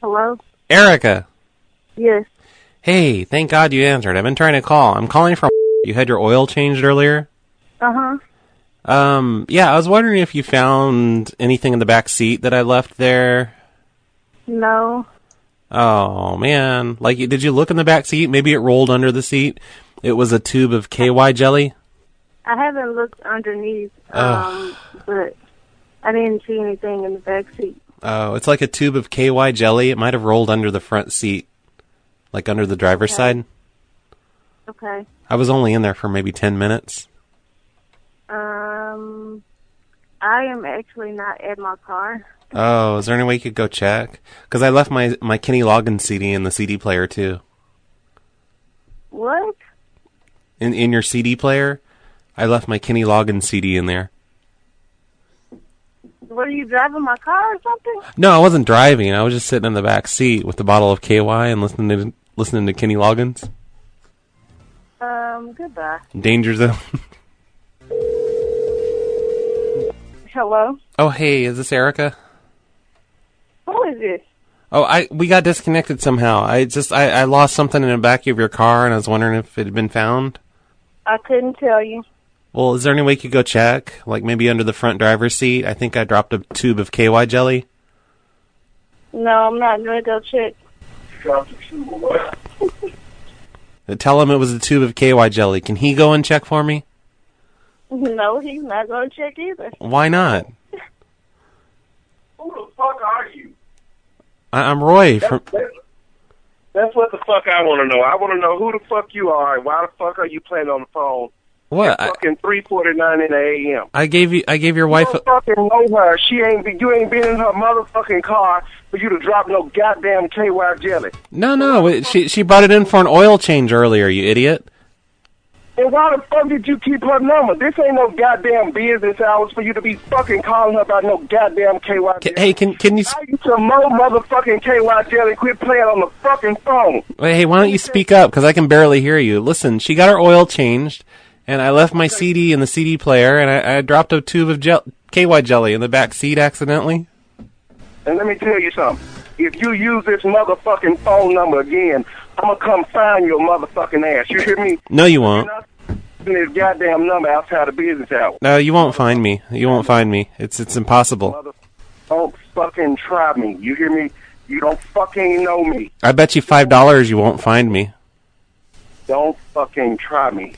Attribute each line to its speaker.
Speaker 1: Hello?
Speaker 2: Erica.
Speaker 1: Yes.
Speaker 2: Hey, thank God you answered. I've been trying to call. I'm calling from. You had your oil changed earlier.
Speaker 1: Uh huh.
Speaker 2: Um, yeah, I was wondering if you found anything in the back seat that I left there.
Speaker 1: No.
Speaker 2: Oh man, like you- did you look in the back seat? Maybe it rolled under the seat. It was a tube of KY jelly.
Speaker 1: I haven't looked underneath, um, but I didn't see anything in the back seat.
Speaker 2: Oh, it's like a tube of KY jelly. It might have rolled under the front seat, like under the driver's side.
Speaker 1: Okay.
Speaker 2: I was only in there for maybe ten minutes.
Speaker 1: Um, I am actually not at my car.
Speaker 2: Oh, is there any way you could go check? Because I left my my Kenny Loggins CD in the CD player too.
Speaker 1: What?
Speaker 2: In in your CD player, I left my Kenny Loggins CD in there.
Speaker 1: Were you driving my car or something?
Speaker 2: No, I wasn't driving. I was just sitting in the back seat with a bottle of KY and listening to listening to Kenny Loggins.
Speaker 1: Um, goodbye.
Speaker 2: Danger Zone.
Speaker 1: Hello?
Speaker 2: oh, hey, is this Erica?
Speaker 1: Who is this?
Speaker 2: Oh, I we got disconnected somehow. I just I, I lost something in the back of your car, and I was wondering if it had been found.
Speaker 1: I couldn't tell you.
Speaker 2: Well, is there any way you could go check? Like maybe under the front driver's seat. I think I dropped a tube of KY jelly.
Speaker 1: No, I'm not going to go check.
Speaker 2: Tell him it was a tube of KY jelly. Can he go and check for me?
Speaker 1: No, he's not going to check either.
Speaker 2: Why not?
Speaker 3: Who the fuck are you?
Speaker 2: I, I'm Roy from.
Speaker 3: That's what the fuck I want to know. I want to know who the fuck you are and why the fuck are you playing on the phone?
Speaker 2: What? I,
Speaker 3: Fucking three forty nine in the a.m.
Speaker 2: I gave you. I gave your wife.
Speaker 3: You
Speaker 2: A,
Speaker 3: don't fucking know her. She ain't. be- You ain't been in her motherfucking car for you to drop no goddamn KY jelly.
Speaker 2: no, no. it- She she brought it in for an oil change earlier. You idiot.
Speaker 3: And why the fuck did you keep her number? This ain't no goddamn business hours for you to be fucking calling her about no goddamn KY jelly.
Speaker 2: C- hey, can can you? s-
Speaker 3: I used to mow motherfucking KY jelly. and Quit playing on the fucking phone.
Speaker 2: Hey, why don't you speak up? Because I can barely hear you. Listen, she got her oil changed, and I left my CD in the CD player, and I, I dropped a tube of gel- KY jelly in the back seat accidentally.
Speaker 3: And let me tell you something. If you use this motherfucking phone number again, I'm gonna come find your motherfucking ass. You hear me?
Speaker 2: No, you won't.
Speaker 3: Not this goddamn number outside of business hours.
Speaker 2: No, you won't find me. You won't find me. It's it's impossible.
Speaker 3: Mother, don't fucking try me. You hear me? You don't fucking know me.
Speaker 2: I bet you five dollars you won't find me.
Speaker 3: Don't fucking try me.